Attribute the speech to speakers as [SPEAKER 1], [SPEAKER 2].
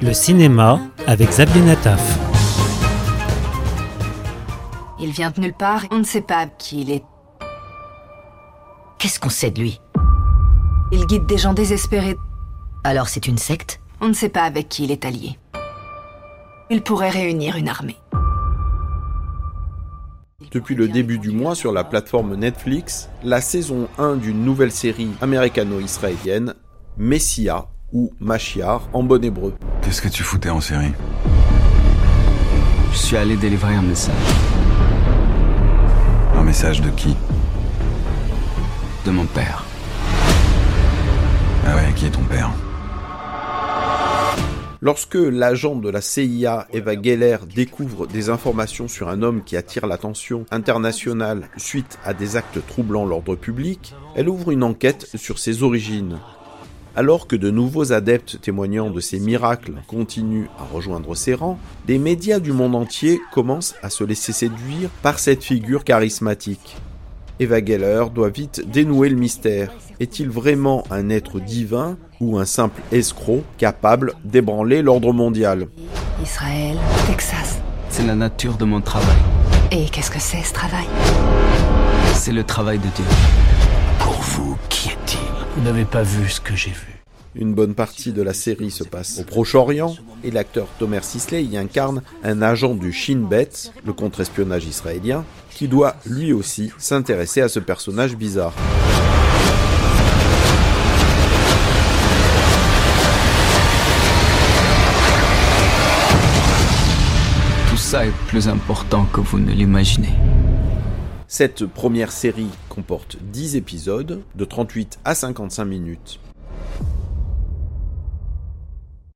[SPEAKER 1] Le cinéma avec Xavier Nataf.
[SPEAKER 2] Il vient de nulle part, on ne sait pas qui il est.
[SPEAKER 3] Qu'est-ce qu'on sait de lui
[SPEAKER 2] Il guide des gens désespérés,
[SPEAKER 3] Alors c'est une secte
[SPEAKER 2] on ne sait pas avec qui il est allié. Il pourrait réunir une armée.
[SPEAKER 4] Depuis le début du mois sur la plateforme Netflix, la saison 1 d'une nouvelle série américano-israélienne, Messia ou Machiar en bon hébreu.
[SPEAKER 5] Qu'est-ce que tu foutais en série
[SPEAKER 6] Je suis allé délivrer un message
[SPEAKER 5] Un message de qui
[SPEAKER 6] de mon père.
[SPEAKER 5] Ah ouais, qui est ton père
[SPEAKER 4] Lorsque l'agent de la CIA Eva Geller découvre des informations sur un homme qui attire l'attention internationale suite à des actes troublant l'ordre public, elle ouvre une enquête sur ses origines. Alors que de nouveaux adeptes témoignant de ces miracles continuent à rejoindre ses rangs, les médias du monde entier commencent à se laisser séduire par cette figure charismatique. Eva Geller doit vite dénouer le mystère. Est-il vraiment un être divin ou un simple escroc capable d'ébranler l'ordre mondial
[SPEAKER 2] Israël, Texas.
[SPEAKER 6] C'est la nature de mon travail.
[SPEAKER 2] Et qu'est-ce que c'est ce travail
[SPEAKER 6] C'est le travail de Dieu.
[SPEAKER 7] Pour vous, qui est-il Vous n'avez pas vu ce que j'ai vu.
[SPEAKER 4] Une bonne partie de la série se passe au Proche-Orient et l'acteur Tomer Sisley y incarne un agent du Shin Bet, le contre-espionnage israélien, qui doit lui aussi s'intéresser à ce personnage bizarre.
[SPEAKER 6] Tout ça est plus important que vous ne l'imaginez.
[SPEAKER 4] Cette première série comporte 10 épisodes de 38 à 55 minutes.